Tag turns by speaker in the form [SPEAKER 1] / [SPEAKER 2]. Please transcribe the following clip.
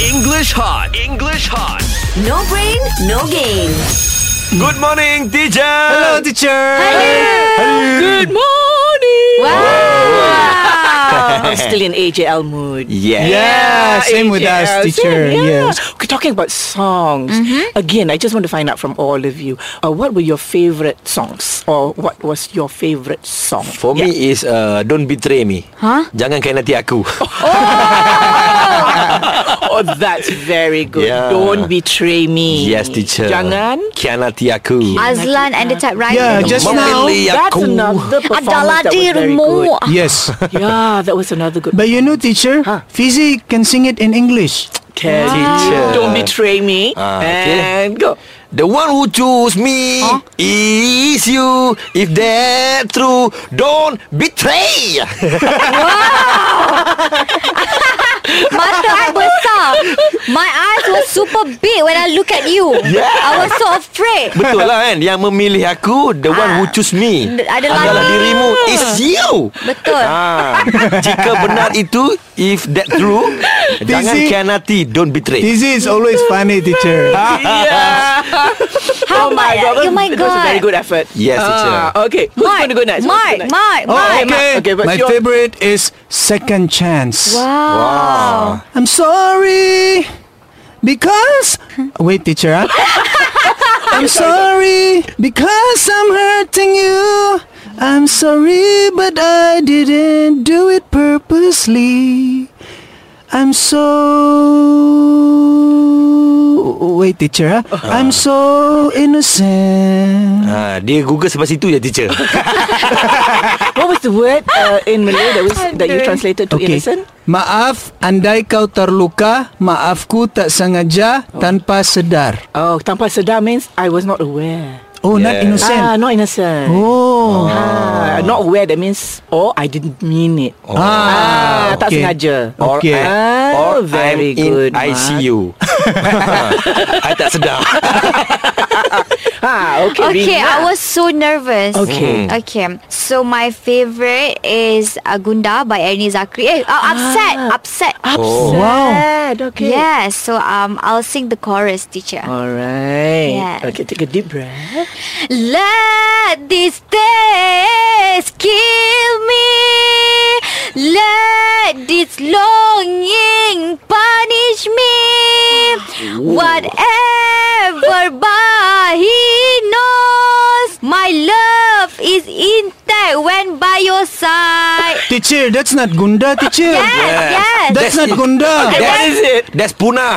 [SPEAKER 1] English hot. English hot.
[SPEAKER 2] No brain, no game.
[SPEAKER 1] Good morning, teacher.
[SPEAKER 3] Hello, teacher.
[SPEAKER 4] Good morning.
[SPEAKER 2] Wow. I'm still in AJL mood.
[SPEAKER 1] Yeah.
[SPEAKER 3] Yeah, same with us,
[SPEAKER 4] AJL,
[SPEAKER 3] teacher.
[SPEAKER 4] same, yeah.
[SPEAKER 3] Yes.
[SPEAKER 4] Okay, talking about songs.
[SPEAKER 2] Mm-hmm.
[SPEAKER 4] Again, I just want to find out from all of you, uh, what were your favorite songs or what was your favorite song?
[SPEAKER 1] For me is uh, don't betray me.
[SPEAKER 2] Huh?
[SPEAKER 1] Jangan khianati aku.
[SPEAKER 4] Oh, that's very good.
[SPEAKER 1] Yeah.
[SPEAKER 4] Don't betray me.
[SPEAKER 1] yes, teacher.
[SPEAKER 4] Jangan.
[SPEAKER 1] khianati aku.
[SPEAKER 2] Azlan and the typewriter.
[SPEAKER 3] Yeah, just now.
[SPEAKER 1] Memilih
[SPEAKER 4] That's
[SPEAKER 1] aku.
[SPEAKER 4] another performance
[SPEAKER 2] Adalah
[SPEAKER 4] that was very good.
[SPEAKER 2] dirimu.
[SPEAKER 3] Yes.
[SPEAKER 4] Yeah, that was another good.
[SPEAKER 3] But you know, teacher,
[SPEAKER 4] Huh.
[SPEAKER 3] Fizi can sing it in English.
[SPEAKER 4] Tell you,
[SPEAKER 1] Teacher.
[SPEAKER 4] Don't betray me.
[SPEAKER 1] Ah, okay.
[SPEAKER 4] and go.
[SPEAKER 1] The one who choose me is you. If that true, don't betray.
[SPEAKER 5] Mata I besar My eyes were super big When I look at you
[SPEAKER 1] Yeah.
[SPEAKER 5] I was so afraid
[SPEAKER 1] Betul lah kan? Yang memilih aku, the one who choose me
[SPEAKER 5] D- adalah
[SPEAKER 1] adalah
[SPEAKER 5] you.
[SPEAKER 1] dirimu is you.
[SPEAKER 5] Betul
[SPEAKER 1] Ah, jika benar itu, if that true, jangan
[SPEAKER 3] Tizi.
[SPEAKER 1] khianati, don't betray.
[SPEAKER 3] Fizi is always funny, teacher.
[SPEAKER 4] Yeah.
[SPEAKER 5] How
[SPEAKER 4] oh my
[SPEAKER 5] about-
[SPEAKER 4] god.
[SPEAKER 5] oh my
[SPEAKER 4] That was a very
[SPEAKER 5] God.
[SPEAKER 4] good effort.
[SPEAKER 1] Yes, teacher.
[SPEAKER 4] Ah, okay. Who's going to go next? Who's
[SPEAKER 5] Mark
[SPEAKER 4] gonna go next?
[SPEAKER 5] Mark
[SPEAKER 3] Oh,
[SPEAKER 5] Mark
[SPEAKER 3] okay.
[SPEAKER 4] Okay, what's
[SPEAKER 3] My
[SPEAKER 4] your-
[SPEAKER 3] favorite is Second Chance.
[SPEAKER 5] Wow
[SPEAKER 3] I'm sorry because wait, teacher. Huh? I'm sorry because I'm hurting you. I'm sorry, but I didn't do it purposely. I'm so wait, teacher. Huh? I'm so innocent.
[SPEAKER 1] Ha, dia Google sebab situ je teacher.
[SPEAKER 4] What was the word uh, in Malay that, was, that you
[SPEAKER 5] Aduh.
[SPEAKER 4] translated to innocent?
[SPEAKER 3] Maaf, andai kau terluka, maafku tak sengaja tanpa sedar.
[SPEAKER 4] Oh, tanpa sedar means I was not aware.
[SPEAKER 3] Oh, not
[SPEAKER 1] Yeah.
[SPEAKER 3] innocent.
[SPEAKER 4] Ah, not innocent.
[SPEAKER 3] Oh.
[SPEAKER 4] Ah, not aware that means oh I didn't mean it.
[SPEAKER 3] Ah,
[SPEAKER 4] Ah, tak
[SPEAKER 3] okay.
[SPEAKER 4] sengaja.
[SPEAKER 1] Or,
[SPEAKER 3] Okay.
[SPEAKER 4] Oh,
[SPEAKER 1] I, Oh. or
[SPEAKER 4] very
[SPEAKER 1] I'm
[SPEAKER 4] good,
[SPEAKER 1] in
[SPEAKER 4] Mat.
[SPEAKER 1] ICU. Ha, I tak sedar.
[SPEAKER 4] Ah, okay.
[SPEAKER 5] Okay,
[SPEAKER 4] Rina.
[SPEAKER 5] I was so nervous.
[SPEAKER 4] Okay.
[SPEAKER 3] Mm.
[SPEAKER 5] Okay. So my favorite is Agunda by Ernie Zakri. Eh, uh, upset,
[SPEAKER 4] Ah.
[SPEAKER 5] upset.
[SPEAKER 1] Oh.
[SPEAKER 4] Sad, Okay.
[SPEAKER 5] Yes. So um, I'll sing the chorus, teacher.
[SPEAKER 4] All right.
[SPEAKER 5] Yeah.
[SPEAKER 4] Okay, take a deep breath.
[SPEAKER 5] Let these days kill me. Let this longing punish me. Whatever by he knows, my love is intact when by your side.
[SPEAKER 3] Teacher, that's not Gunda, teacher.
[SPEAKER 5] Yes, yes.
[SPEAKER 3] That's not Gunda.
[SPEAKER 1] That's,
[SPEAKER 4] What is it?
[SPEAKER 1] That's punah.